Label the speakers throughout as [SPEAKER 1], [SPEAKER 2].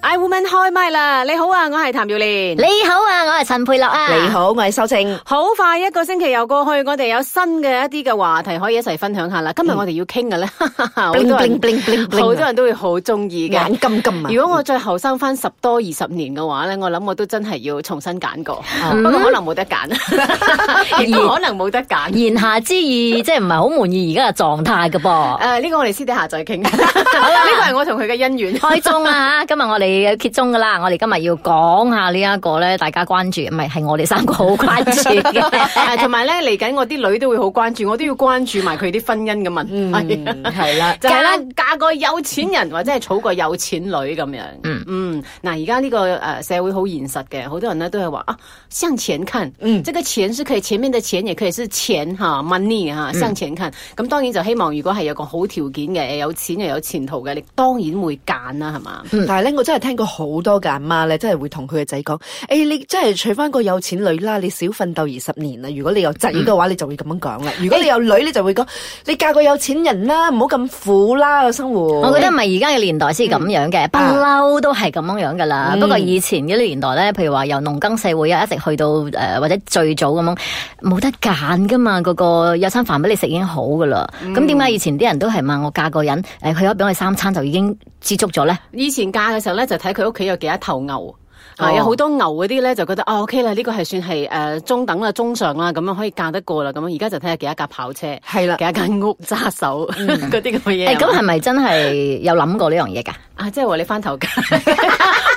[SPEAKER 1] I Woman 開麥啦！你好啊，我係譚耀蓮。
[SPEAKER 2] 你好啊，我係陳佩樂啊。
[SPEAKER 3] 你。好，我係修正。
[SPEAKER 1] 好快一個星期又過去，我哋有新嘅一啲嘅話題可以一齊分享下啦。今
[SPEAKER 3] 嗯
[SPEAKER 1] 日我哋要傾嘅咧， 好多
[SPEAKER 3] bling
[SPEAKER 1] 人
[SPEAKER 3] bling bling bling bling
[SPEAKER 1] 好多人都會好中意嘅。
[SPEAKER 3] 啊眼金金啊！
[SPEAKER 1] 如果我再後生翻十多二十年嘅話咧，我諗我都真係要重新揀過，
[SPEAKER 3] 啊
[SPEAKER 2] 嗯
[SPEAKER 1] 不過可能冇得 揀，亦都可能冇得揀。
[SPEAKER 2] 言下之意，即係唔係好滿意而家嘅狀態嘅 噃。
[SPEAKER 1] 誒，呃呢個我哋私底下再傾。好
[SPEAKER 3] 啊
[SPEAKER 1] 啦，呢個係我同佢嘅恩怨。
[SPEAKER 2] 開鐘啦，今日我哋揭鐘噶啦，我哋今日要講下呢一個咧，大家關注，唔係係我哋三個好關注 嘅。
[SPEAKER 1] 誒啊同埋咧，嚟緊我啲女都會好關注，我都要關注埋佢啲婚姻嘅問題。
[SPEAKER 3] 係啦，
[SPEAKER 1] 就嗯係啦， 嫁個有錢人或者係娶個有錢女咁樣。
[SPEAKER 2] 嗯
[SPEAKER 1] 嗯，嗱，而家呢個誒社會好現實嘅，好多人咧都係話啊，向前看，嗯，即個錢是可以前面嘅錢，亦可以是錢嚇 money 嚇，向前看。咁當然就希望如果係有個好條件嘅，有錢又有前途嘅，你當然會揀啦，係嘛？
[SPEAKER 3] 但係咧，我真係聽過好多嘅阿媽咧，真係會同佢嘅仔講：，誒、你真係娶翻個有錢女啦，你少奮鬥二十年啦。如果你有仔嘅話，
[SPEAKER 1] 嗯
[SPEAKER 3] 你就會咁樣講啦；如果你有女，你就會講：你嫁個有錢人啦，唔好咁苦啦個生活。
[SPEAKER 2] 我覺得唔係而家嘅年代先係咁樣嘅，不嬲都係咁樣樣噶啦。
[SPEAKER 3] 嗯
[SPEAKER 2] 不過以前嗰啲年代咧，譬如話由農耕社會啊，一直去到誒、呃或者最早咁樣，冇得揀噶嘛。嗰、個有餐飯俾你食已經好噶啦。
[SPEAKER 3] 嗯
[SPEAKER 2] 咁點解以前啲人都係問我嫁個人誒，佢可以俾我三餐就已經知足咗咧？
[SPEAKER 1] 以前嫁嘅時候咧，就睇佢屋企有幾多頭牛。啊，有好多牛嗰啲咧，就覺得啊 OK 啦，呢個係算係誒、呃中等啦、中上啦，咁樣可以嫁得過啦。咁樣而家就睇下幾多架跑車，
[SPEAKER 3] 係啦
[SPEAKER 1] 幾多間屋揸手 嗰啊嗯啲咁嘅嘢。
[SPEAKER 2] 誒咁係咪真 係有諗過呢樣嘢㗎？
[SPEAKER 1] 啊，即係話你翻頭嫁，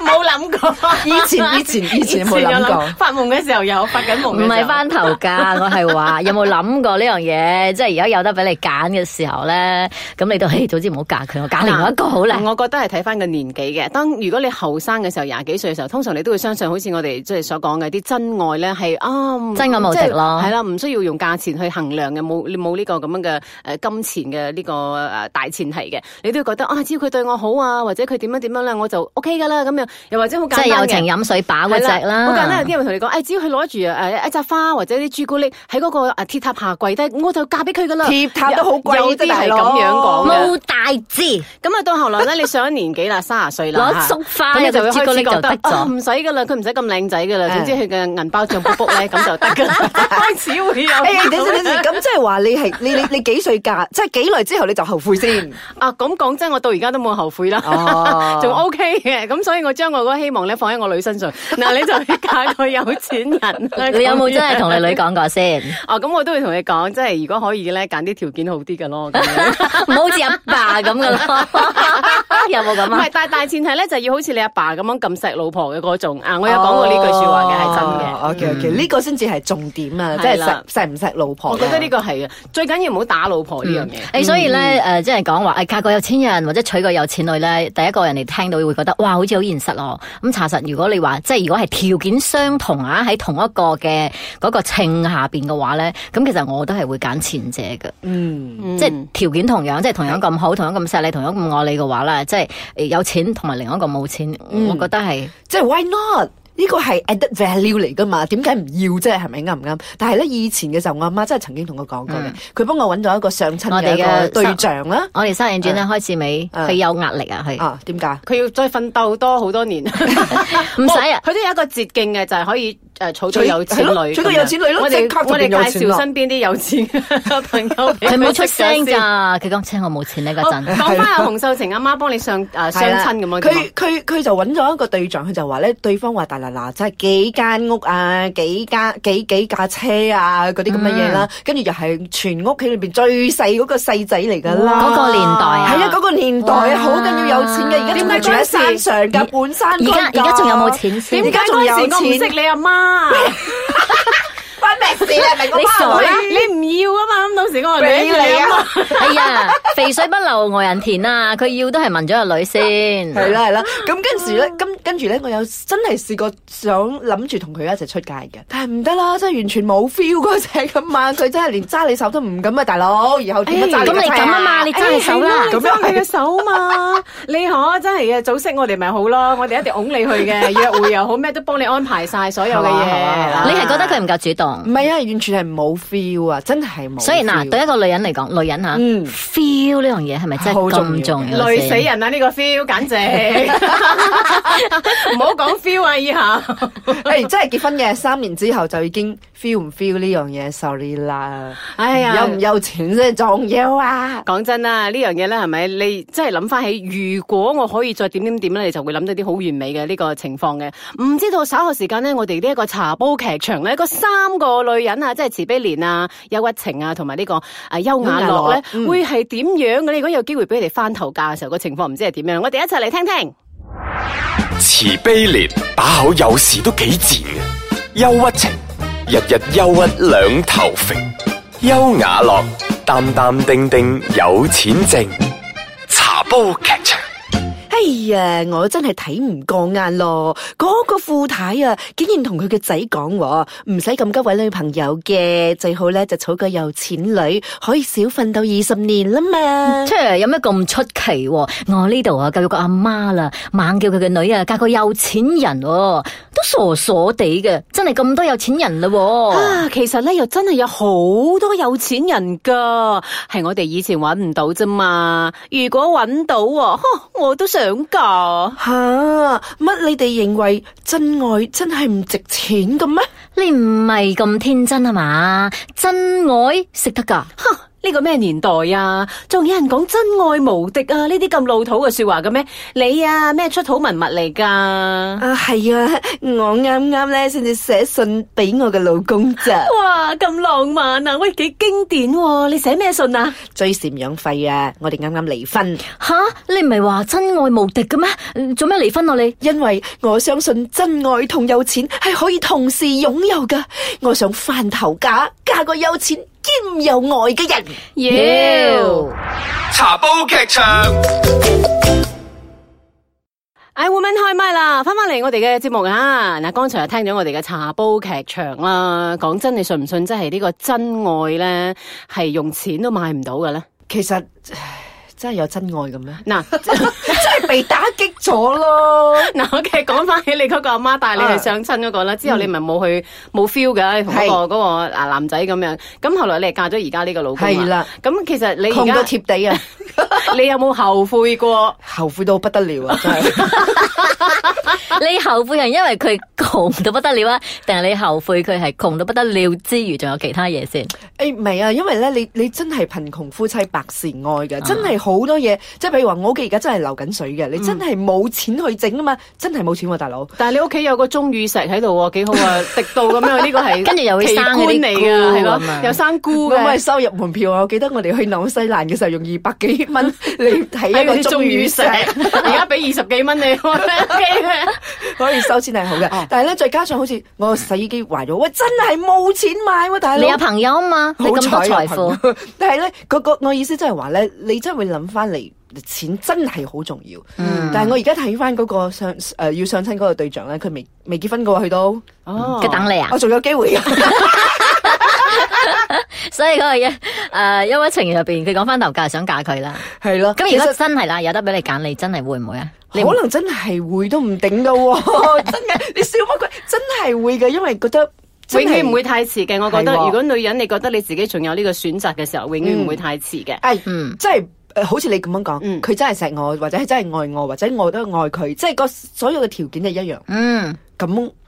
[SPEAKER 1] 冇諗 過。
[SPEAKER 3] 以前以前以 前有冇諗過
[SPEAKER 1] 有發夢嘅時候有，發緊夢嘅時
[SPEAKER 2] 唔
[SPEAKER 1] 候
[SPEAKER 2] 係翻頭㗎， 我係話有冇諗過呢樣嘢？即係而家有得俾你揀嘅時候咧，咁你都誒早知唔好嫁佢，我揀另外一個好啦。
[SPEAKER 1] 我覺得係睇翻個年紀嘅。當如果你後生嘅時候，廿幾歲嘅時候，通常你都會相信好似我哋即係所講嘅啲真愛咧，係啊唔
[SPEAKER 2] 真愛無敵咯
[SPEAKER 1] 即係係啦，唔需要用價錢去衡量嘅，冇你冇呢個咁樣嘅誒金錢嘅呢個誒大前提嘅，你都會覺得啊，只要佢對我好啊，或者佢點樣點樣咧，我就 O K 㗎啦咁樣，又或者好簡單
[SPEAKER 2] 即係有
[SPEAKER 1] 嘅
[SPEAKER 2] 情飲水飽嗰
[SPEAKER 1] 係
[SPEAKER 2] 只啦。
[SPEAKER 1] 好簡單，有啲人會同你講，誒、只要佢攞住誒一扎花或者啲朱古力喺嗰個誒鐵塔下跪低，我就嫁俾佢噶啦。
[SPEAKER 3] 鐵塔都好貴
[SPEAKER 1] 啊
[SPEAKER 3] 哦
[SPEAKER 1] 有有啲
[SPEAKER 3] 啫大
[SPEAKER 1] 係
[SPEAKER 3] 佬
[SPEAKER 1] 咁樣講嘅。
[SPEAKER 2] 冇大志，
[SPEAKER 1] 咁啊，到後來咧，你上咗年紀啦，三十歲啦，
[SPEAKER 2] 攞束花
[SPEAKER 1] 咁你就會
[SPEAKER 2] 有隻朱
[SPEAKER 1] 開
[SPEAKER 2] 古
[SPEAKER 1] 始
[SPEAKER 2] 力
[SPEAKER 1] 覺得
[SPEAKER 2] 就得
[SPEAKER 1] 啊
[SPEAKER 2] 咗。
[SPEAKER 1] 唔使噶啦，佢唔使咁靚仔噶啦，總之佢嘅銀包漲卜卜咧，咁就得噶啦。 哎開始會有。
[SPEAKER 3] 誒、等陣等陣，咁即係話你係你你你幾歲嫁？即係幾耐之後你就後悔先？
[SPEAKER 1] 啊，咁講真，我到而家都冇後悔啦
[SPEAKER 3] 哦，
[SPEAKER 1] 仲 OK 嘅。 咁所以我將我嗰個希望咧放喺我女身上。嗱，你就嫁個有錢人 啦。
[SPEAKER 2] 你有冇真係
[SPEAKER 1] 咁樣
[SPEAKER 2] 同你女講過先？
[SPEAKER 1] 哦，咁我都會同你講，即係如果可以咧，揀啲條件好啲嘅 咯。咁樣
[SPEAKER 2] 唔好好似阿爸咁噶咯， 有冇咁
[SPEAKER 1] 唔
[SPEAKER 2] 啊
[SPEAKER 1] 係，？但係大前提咧，就要好似你阿爸咁樣咁錫老婆嘅嗰種啊！我有講過呢句説話嘅，係真嘅。嗯
[SPEAKER 3] 真嘅。OK OK，呢個先至係重點啊！即
[SPEAKER 1] 係
[SPEAKER 3] 係
[SPEAKER 1] 啦
[SPEAKER 3] 錫錫唔錫老婆啊。
[SPEAKER 1] 我覺得呢個係嘅，最緊要唔好打老婆呢樣嘢。
[SPEAKER 2] 誒，所以咧，誒，即係講話，誒，嫁個有錢人或者娶個有錢女咧，第一個人哋聽到會覺得，哇，好似好現實咯。咁查實，如果你話，即係如果係條件相同啊，喺同一個嘅嗰個稱下邊嘅話咧，咁其實我都係會揀前者嘅。
[SPEAKER 3] 嗯，
[SPEAKER 1] 嗯
[SPEAKER 2] 即係條件同樣，即係同樣咁好，同樣咁錫你，同樣咁愛你嘅話啦，即係誒有錢同埋另外一個冇錢，
[SPEAKER 1] 嗯
[SPEAKER 2] 我覺得係
[SPEAKER 3] 即係 why not？呢個係 added value 嚟噶嘛？點解唔要啫？係咪啱唔啱？但係咧，以前嘅時候，我阿媽真係曾經同我講過
[SPEAKER 1] 嗯
[SPEAKER 3] 嘅，佢幫我揾咗一個相親
[SPEAKER 2] 我哋
[SPEAKER 3] 嘅一
[SPEAKER 2] 嘅
[SPEAKER 3] 個對象啦。
[SPEAKER 2] 我哋三人轉咧開始尾，
[SPEAKER 3] 嗯
[SPEAKER 2] 佢有壓力啊，
[SPEAKER 1] 哦
[SPEAKER 2] 係
[SPEAKER 3] 啊，點解？
[SPEAKER 1] 佢要再奮鬥多好多年，唔
[SPEAKER 2] 唔使啊。
[SPEAKER 1] 佢都有一個捷徑嘅，就係可以誒儲到
[SPEAKER 3] 娶
[SPEAKER 1] 有錢
[SPEAKER 3] 係咯
[SPEAKER 1] 女。
[SPEAKER 3] 娶到有錢女咯
[SPEAKER 1] 我
[SPEAKER 3] 即
[SPEAKER 1] 哋
[SPEAKER 3] 刻就
[SPEAKER 1] 我哋
[SPEAKER 3] 變有
[SPEAKER 1] 介
[SPEAKER 3] 錢
[SPEAKER 1] 紹
[SPEAKER 3] 啦
[SPEAKER 1] 身邊啲有錢嘅朋友 俾
[SPEAKER 2] 佢冇 出
[SPEAKER 1] 識咗
[SPEAKER 2] 聲
[SPEAKER 1] 先。哦
[SPEAKER 2] 咋，佢講親我冇錢呢嗰
[SPEAKER 1] 好
[SPEAKER 2] 陣。
[SPEAKER 1] 講翻阿洪秀晴阿媽幫你上誒相
[SPEAKER 3] 係啦
[SPEAKER 1] 親咁樣。
[SPEAKER 3] 佢佢佢就揾咗一個對象，佢就話咧，對方話大嗱嗱，即係幾間屋啊，幾間幾幾架車啊，嗰啲咁嘅嘢啦，
[SPEAKER 1] 嗯
[SPEAKER 3] 跟住又係全屋企裏邊最細嗰個細仔嚟㗎啦。
[SPEAKER 2] 嗰個年代啊
[SPEAKER 3] 係啊，嗰個年代
[SPEAKER 2] 哇
[SPEAKER 3] 好緊要有錢嘅，而家仲係住喺山上㗎，半山
[SPEAKER 2] 而家
[SPEAKER 3] 區㗎
[SPEAKER 2] 而家仲有冇錢先？
[SPEAKER 3] 點
[SPEAKER 1] 點
[SPEAKER 3] 解
[SPEAKER 1] 解
[SPEAKER 3] 仲
[SPEAKER 1] 嗰
[SPEAKER 3] 有
[SPEAKER 1] 時我唔
[SPEAKER 3] 錢
[SPEAKER 1] 識你阿媽？
[SPEAKER 3] 關咩事啊？明
[SPEAKER 2] 你傻
[SPEAKER 1] 喂
[SPEAKER 2] 啦
[SPEAKER 1] 你唔要啊嘛，咁到時我話
[SPEAKER 3] 俾你啊
[SPEAKER 1] 嘛，
[SPEAKER 2] 哎呀，肥水不流外人田啊！佢要都係問咗個女先。
[SPEAKER 3] 係啦係啦，咁跟住咧，咁跟住咧，我有真係試過想諗住同佢一齊出街嘅，但係唔得啦，真係完全冇 feel 嗰隻咁嘛，佢真係連揸你手都唔敢啊，大佬，以後點樣揸
[SPEAKER 2] 咁你
[SPEAKER 3] 你
[SPEAKER 2] 咁啊嘛，你
[SPEAKER 1] 你
[SPEAKER 2] 真係手啦。
[SPEAKER 1] 你揸佢嘅手嘛，啊你可真係嘅，早識我哋咪好咯，我哋一定拱你去嘅，約會又好，咩都幫你安排晒所有嘅嘢
[SPEAKER 3] 係嘛係嘛係嘛。
[SPEAKER 2] 你係覺得佢唔夠主動？
[SPEAKER 3] 唔係係啊，完全係冇 feel 啊，真係冇 feel。
[SPEAKER 2] 所以嗱， 對一個女人嚟講，女人吓
[SPEAKER 3] 嗯
[SPEAKER 2] feel 呢樣嘢係咪真係
[SPEAKER 3] 好重
[SPEAKER 2] 咁
[SPEAKER 3] 要
[SPEAKER 2] 重要？
[SPEAKER 1] 累死！人啊啦！呢個 feel 簡 直， 唔好講 feel 啊！以後
[SPEAKER 3] 誒，真係結婚嘅三年之後就已經 feel 唔 feel 呢樣嘢，sorry 啦。
[SPEAKER 1] 哎呀
[SPEAKER 3] 有唔有錢先重要啊？
[SPEAKER 1] 講真啦，呢樣嘢咧係咪？你真係諗翻起，如果我可以再點點點咧，你就會諗到啲好完美嘅呢個情況嘅。唔知道稍後時間呢，我哋呢一個茶煲劇場咧，嗰三個女人啊，即係慈悲蓮啊、憂鬱情啊，同埋呢個啊優雅樂咧，
[SPEAKER 3] 嗯
[SPEAKER 1] 會係點樣嘅呢？如果有機會俾佢哋翻頭嫁嘅時候，個情況唔知係點樣，我哋一齊嚟聽聽。
[SPEAKER 4] 慈悲莲把口有時都幾賤嘅，憂鬱情日日憂鬱兩頭肥，優雅樂淡淡定定有錢剩，茶煲劇場。
[SPEAKER 3] 哎呀，我真係睇唔過眼咯！嗰、個富太啊，竟然同佢嘅仔講喎，唔使咁急揾女朋友嘅，最好咧就儲個有錢女，可以少奮鬥二十年啦 嘛。
[SPEAKER 2] 即係有咩咁出奇喎？我呢度啊，教育個阿媽啦，猛叫佢嘅女啊嫁個有錢人、喎，都傻傻地嘅，真係咁多有錢人嘞喎。
[SPEAKER 1] 啊，其實咧又真係有好多有錢人噶，係我哋以前揾唔到啫嘛。如果揾到喎，呵我都想噶。
[SPEAKER 3] 吓乜、你哋認為真愛真係唔值錢嘅咩？
[SPEAKER 2] 你唔係咁天真啊嘛？真愛食得㗎，
[SPEAKER 1] 哼，呢個咩年代啊？仲有人講真愛無敵啊？呢啲咁老土嘅说話嘅咩？你啊咩出土文物嚟㗎？
[SPEAKER 3] 啊，係啊，我啱啱咧先至寫信俾我嘅老公咋。
[SPEAKER 1] 哇，咁浪漫啊！喂，幾經典喎、你寫咩信啊？
[SPEAKER 3] 追赡養費啊，我哋啱啱離婚，
[SPEAKER 2] 吓你唔係話真愛無敵嘅咩？做咩離婚啊你？
[SPEAKER 3] 因為我相信真愛同有錢係可以同時擁有噶。我想翻頭嫁，嫁個有錢兼有愛嘅人。
[SPEAKER 4] 茶煲劇場。
[SPEAKER 1] I 哎 woman 開麥啦，翻翻嚟我哋嘅節目啊！嗱，剛才又聽咗我哋嘅茶煲劇場啦。講真，你信唔信？真係呢個真愛咧，係用錢都買唔到嘅咧。
[SPEAKER 3] 其實唉真係有真愛嘅咩？
[SPEAKER 1] 嗱
[SPEAKER 3] 真係被打擊咗 咯。
[SPEAKER 1] 嗱，OK，講翻起你嗰個阿媽帶你去相親嗰個啦，之後你咪冇去冇 feel 嘅，你同嗰個嗰個啊男仔咁樣。咁後來你係嫁咗而家呢個老公啊
[SPEAKER 3] 係啦。
[SPEAKER 1] 咁其實你
[SPEAKER 3] 窮到
[SPEAKER 1] 而
[SPEAKER 3] 貼地啊！
[SPEAKER 1] 家 你有冇後悔過？
[SPEAKER 3] 後悔到不得了啊！真 係
[SPEAKER 2] 你後悔係因為佢窮到不得了啊，定係你後悔佢係窮到不得了之餘，仲有其他嘢先？
[SPEAKER 3] 誒唔係啊，因為咧，你你真係貧窮夫妻百事哀嘅，真係好多嘢，即係譬如話我屋企而家真係流緊水嘅，你真係冇錢去整啊嘛，真係冇錢喎、大佬。
[SPEAKER 1] 但係你屋企有個鐘乳石喺度喎，幾好啊！滴到咁樣，呢個係
[SPEAKER 2] 跟住又會
[SPEAKER 1] 奇
[SPEAKER 2] 生嗰啲
[SPEAKER 1] 觀嚟㗎，
[SPEAKER 2] 菇
[SPEAKER 1] 係
[SPEAKER 2] 咁啊
[SPEAKER 1] 咯，有生菇
[SPEAKER 3] 咁
[SPEAKER 1] 嘅
[SPEAKER 3] 咪。收入門票啊！我記得我哋去紐西蘭嘅時候用二百幾 蚊你睇一啊個鐘乳 石，
[SPEAKER 1] 而家俾二十幾蚊你， 我覺得 OK 嘅。
[SPEAKER 3] 可以收錢係好
[SPEAKER 2] 哦
[SPEAKER 3] 嘅。但係咧，再加上好似我個洗衣機壞咗，喂，真係冇錢買喎，大
[SPEAKER 2] 你有
[SPEAKER 3] 佬。
[SPEAKER 2] 朋友啊嘛，你
[SPEAKER 3] 好
[SPEAKER 2] 咁多
[SPEAKER 3] 彩
[SPEAKER 2] 財
[SPEAKER 3] 有
[SPEAKER 2] 富。
[SPEAKER 3] 朋友，但係咧，嗰個我意思真係話咧，你真係會諗翻嚟。錢真係好重要，
[SPEAKER 2] 嗯
[SPEAKER 3] 但係我而家睇翻嗰個相誒、呃要相親嗰個對象咧，佢未未結婚嘅喎，去到
[SPEAKER 1] 哦
[SPEAKER 2] 佢等你啊
[SPEAKER 3] 我，仲有機 會嘅，
[SPEAKER 2] 所以嗰個嘢诶，因為情緣入边，佢講翻頭嫁想嫁佢啦。
[SPEAKER 3] 係咯。
[SPEAKER 2] 咁
[SPEAKER 3] 其
[SPEAKER 2] 如
[SPEAKER 3] 實
[SPEAKER 2] 果真係啦，有得俾你揀，你真係會唔會啊？你
[SPEAKER 3] 可能真係會都唔頂 噶喎，真嘅，你笑乜鬼？真係會嘅，因為覺得真
[SPEAKER 1] 永
[SPEAKER 3] 係
[SPEAKER 1] 遠唔會太遲嘅，我覺得。
[SPEAKER 3] 係喎
[SPEAKER 1] 如果女人你覺得你自己仲有呢個選擇嘅時候，永遠唔會太遲嘅。
[SPEAKER 3] 哎，
[SPEAKER 2] 嗯
[SPEAKER 3] 即係呃好似你咁樣講，
[SPEAKER 1] 嗯
[SPEAKER 3] 佢真係錫我，或者係真係愛我，或者我都愛佢，即係個所有嘅條件係一樣。
[SPEAKER 2] 嗯。
[SPEAKER 3] 咁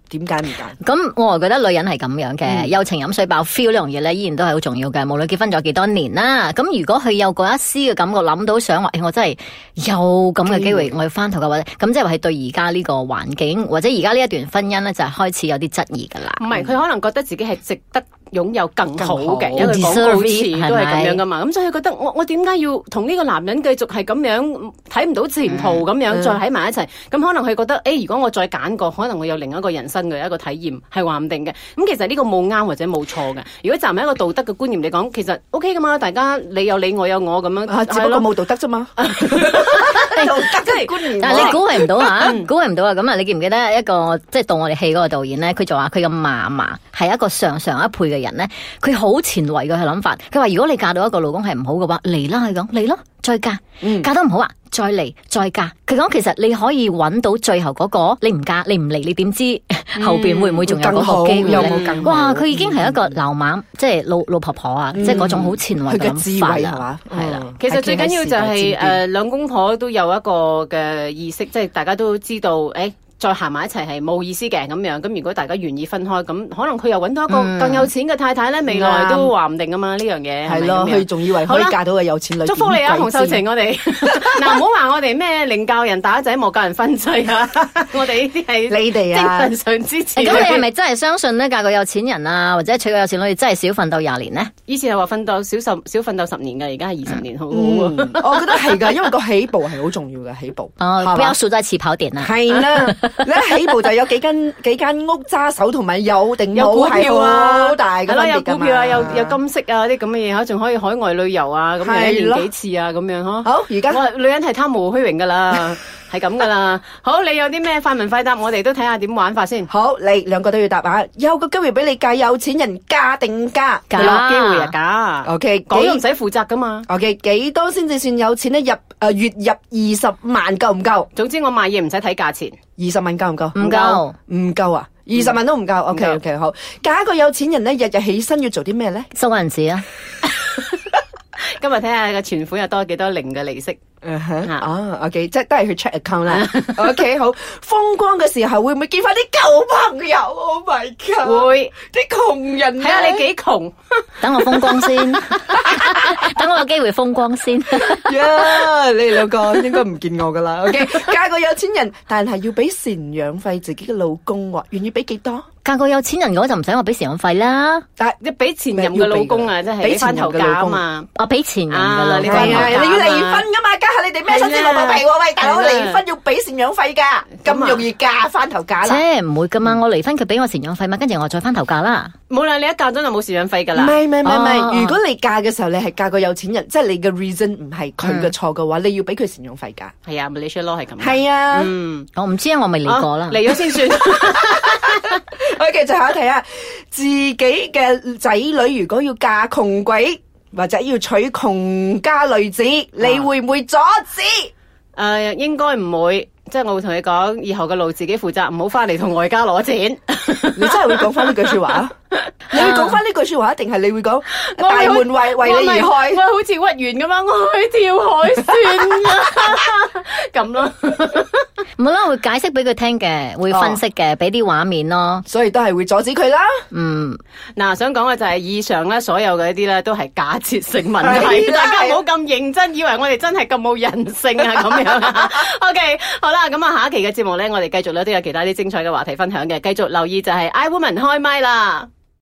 [SPEAKER 3] 點解唔揀？
[SPEAKER 2] 咁我覺得女人係咁樣嘅，友情飲水飽 feel 呢樣嘢咧，依然都係好重要嘅。無論結婚咗幾多年啦，咁如果佢有嗰一絲嘅感覺，諗到想話，哎誒我真係有咁嘅機會，我要翻頭嘅話咧，咁即係話係對而家呢個環境或者而家呢一段婚姻咧，就係開始有啲質疑噶啦。
[SPEAKER 1] 唔係，佢可能覺得自己係值得擁有更好嘅，
[SPEAKER 3] 嗯更好
[SPEAKER 1] 因為廣告
[SPEAKER 2] Deserve it，
[SPEAKER 1] 詞都係
[SPEAKER 2] 係咪
[SPEAKER 1] 咁樣噶嘛。咁所以佢覺得我我點解要同呢個男人繼續係咁樣睇唔到前
[SPEAKER 3] 嗯
[SPEAKER 1] 途咁樣再喺埋一齊？咁可能佢覺得，誒，如果我再揀過，可能我有另一個人生嘅一個體驗，係話唔定嘅。咁其實呢個冇啱或者冇錯嘅。如果站喺一個道德嘅觀念嚟講，其實 OK 噶嘛，大家你有你，我有我咁樣，
[SPEAKER 3] 啊，只
[SPEAKER 1] 係
[SPEAKER 3] 不過
[SPEAKER 1] 咯
[SPEAKER 3] 冇道德 啫嘛，道
[SPEAKER 1] 係
[SPEAKER 3] 德嘅觀念。
[SPEAKER 2] 但係你估係唔到 啊，
[SPEAKER 3] 嗯
[SPEAKER 2] 估係唔到啊！咁啊，你記唔記得一個即係導我哋戲嗰個導演咧？佢就話佢嘅嫲嫲係一個上上一輩嘅人咧，佢好前
[SPEAKER 3] 嗯
[SPEAKER 2] 衞嘅佢諗法。佢話如果你嫁到一個老公係唔好嘅話，離啦佢講，離咯，再嫁，嫁得唔好啊，再嚟再嫁。佢講其實你可以揾到最後嗰、個，你唔嫁你唔嚟，你點知後边會唔會仲有
[SPEAKER 3] 嗯更
[SPEAKER 2] 嗰
[SPEAKER 3] 好
[SPEAKER 2] 個機會
[SPEAKER 3] 有
[SPEAKER 2] 呢？
[SPEAKER 3] 冇更好嗯
[SPEAKER 2] 哇！佢已經係一個流猛，即係老老婆婆啊，即係嗰種好前
[SPEAKER 3] 佢
[SPEAKER 2] 衛嘅
[SPEAKER 3] 嘅
[SPEAKER 2] 諗
[SPEAKER 3] 智
[SPEAKER 2] 法
[SPEAKER 3] 慧係
[SPEAKER 2] 啊
[SPEAKER 3] 嘛，
[SPEAKER 2] 係啦。
[SPEAKER 1] 其實最緊要就係誒兩公婆都有一個嘅意識，即係大家都知道，誒、再行埋一齊係冇意思嘅咁樣。咁如果大家願意分開，咁可能佢又揾到一個更有錢嘅太太咧，未來都話唔定噶嘛呢樣嘢。係
[SPEAKER 3] 係
[SPEAKER 1] 咪
[SPEAKER 3] 咯，
[SPEAKER 1] 咁樣
[SPEAKER 3] 佢仲以為
[SPEAKER 1] 好
[SPEAKER 3] 可以
[SPEAKER 1] 啦
[SPEAKER 3] 嫁到個有錢女，
[SPEAKER 1] 祝福你啊，
[SPEAKER 3] 點
[SPEAKER 1] 洪
[SPEAKER 3] 鬼知
[SPEAKER 1] 秀晴！我哋 嗱，唔好話我哋咩寧教人打仔，莫教人分妻啊！我哋呢啲係
[SPEAKER 3] 你哋
[SPEAKER 1] 精
[SPEAKER 3] 啊
[SPEAKER 1] 神，上支持。
[SPEAKER 2] 誒咁你係咪真係相信呢？嫁個有錢人啊，或者娶個有錢女，真係少奮鬥廿年呢？
[SPEAKER 1] 以前係話奮鬥少十少奮鬥十年嘅，而家係二十年，好好啊
[SPEAKER 3] 嗯，我覺得係㗎，因為個起步係好重要嘅起步，係
[SPEAKER 2] 哦，
[SPEAKER 3] 嘛
[SPEAKER 2] 不要輸在起跑點啊！
[SPEAKER 3] 係 啦，你一起步就有幾間 幾間屋揸手，同埋有定
[SPEAKER 1] 有股
[SPEAKER 3] 冇係
[SPEAKER 1] 票啊，
[SPEAKER 3] 好大
[SPEAKER 1] 係
[SPEAKER 3] 嘅分
[SPEAKER 1] 咯，有
[SPEAKER 3] 別㗎
[SPEAKER 1] 股
[SPEAKER 3] 嘛
[SPEAKER 1] 票啊，有有金色啊啲咁嘅嘢，仲可以海外旅遊啊，咁樣一
[SPEAKER 3] 係咯
[SPEAKER 1] 年幾次啊，咁樣嗬。
[SPEAKER 3] 好，而家
[SPEAKER 1] 我女人係貪慕虛榮 噶啦，係咁噶啦。好，你有啲咩快問快答，我哋都睇下點玩法先。
[SPEAKER 3] 好，你兩個都要答下，有個機會俾你嫁有錢人嫁定嫁
[SPEAKER 2] 嫁
[SPEAKER 1] 佢落機會啊，假
[SPEAKER 3] o K，
[SPEAKER 1] 講都唔
[SPEAKER 3] 幾
[SPEAKER 1] 使負責噶嘛。
[SPEAKER 3] O K，幾多先至算有錢咧？入诶、呃月入二十萬夠唔夠？
[SPEAKER 1] 總之我賣嘢唔使睇價錢，
[SPEAKER 3] 二十萬夠唔夠？
[SPEAKER 2] 唔夠，
[SPEAKER 3] 唔夠啊！二十萬都唔夠。O K O K，好。嫁一個有錢人咧，日日起身要做啲咩咧？
[SPEAKER 2] 收銀紙啊！
[SPEAKER 1] 今日睇下個存款有多幾多零嘅利息。
[SPEAKER 3] 嗯哼
[SPEAKER 1] 啊
[SPEAKER 3] 哦，O K，即係都係去 check account 啦。O K，好。風光嘅時候會唔會見翻啲舊朋友？Oh my god！
[SPEAKER 1] 會
[SPEAKER 3] 啲窮人啊
[SPEAKER 1] 睇下你幾窮，
[SPEAKER 2] 等我風光先， 等我有機會風光先。
[SPEAKER 3] 呀！你哋兩個應該唔見我噶啦。O K，嫁 個有錢人，但係要俾赡養費自己嘅老公喎，願意俾幾多？啊
[SPEAKER 2] 嫁個有錢人嗰就唔使我俾赡養費啦，
[SPEAKER 3] 但
[SPEAKER 1] 你俾前任嘅老公啊，真係俾翻頭價啊嘛。
[SPEAKER 2] 我俾前人㗎
[SPEAKER 1] 啊
[SPEAKER 2] 啦。
[SPEAKER 1] 你
[SPEAKER 3] 係啊，你要離婚噶嘛？家下你哋咩新鮮蘿蔔皮喎？喂，大佬
[SPEAKER 1] 啊係啦啊
[SPEAKER 3] 離婚要俾赡養費㗎，咁容易嫁翻頭嫁啦？
[SPEAKER 2] 即唔會噶
[SPEAKER 1] 嗯
[SPEAKER 2] 嘛，我離婚佢俾我赡養費嘛，跟住我再翻頭嫁啦。
[SPEAKER 1] 冇啦，你一嫁咗就冇赡養費㗎
[SPEAKER 3] 唔
[SPEAKER 1] 啦。
[SPEAKER 3] 係唔係唔係唔係，
[SPEAKER 2] 哦
[SPEAKER 3] 如果你嫁嘅時候你係嫁個有錢人，即係你嘅 reason 唔係佢
[SPEAKER 1] 嗯
[SPEAKER 3] 嘅錯嘅話，你要俾佢赡養費㗎。
[SPEAKER 1] 係啊，Malaysia law 係咁。
[SPEAKER 3] 係啊
[SPEAKER 1] 嗯，
[SPEAKER 2] 我唔知啊，我未嚟過啦
[SPEAKER 1] 啊。嚟咗先算。
[SPEAKER 3] ，OK，最後一題啊，自己嘅仔女如果要嫁窮鬼或者要娶窮家女子，
[SPEAKER 1] 啊
[SPEAKER 3] 你會唔會阻 止？
[SPEAKER 1] 誒、呃應該唔會，即係我會同你講，以後嘅路自己負責，唔好翻嚟同外家攞錢。
[SPEAKER 3] 你真係會講翻呢句説 話？你會講翻呢句説話，定係你會講
[SPEAKER 1] 我
[SPEAKER 3] 大
[SPEAKER 1] 會好
[SPEAKER 3] 門為為你而
[SPEAKER 1] 我咪
[SPEAKER 3] 開
[SPEAKER 1] 我？好似屈原咁樣，我去跳海算啦，咁咯。
[SPEAKER 2] 唔好啦，會解釋俾佢聽嘅，
[SPEAKER 1] 哦
[SPEAKER 2] 會分析嘅，俾啲畫面咯。
[SPEAKER 3] 所以都係會阻止佢啦。
[SPEAKER 2] 嗯，
[SPEAKER 1] 嗱，想講嘅就係以上咧，所有嘅一啲咧都係假設性問題，
[SPEAKER 3] 係啦
[SPEAKER 1] 大家唔好咁認真，以為我哋真係咁冇人性啊咁樣。OK，好 啦，咁啊，下一期嘅節目咧，我哋繼續咧都有其他啲精彩嘅話題分享嘅，繼續留意就係 I Woman 開麥啦。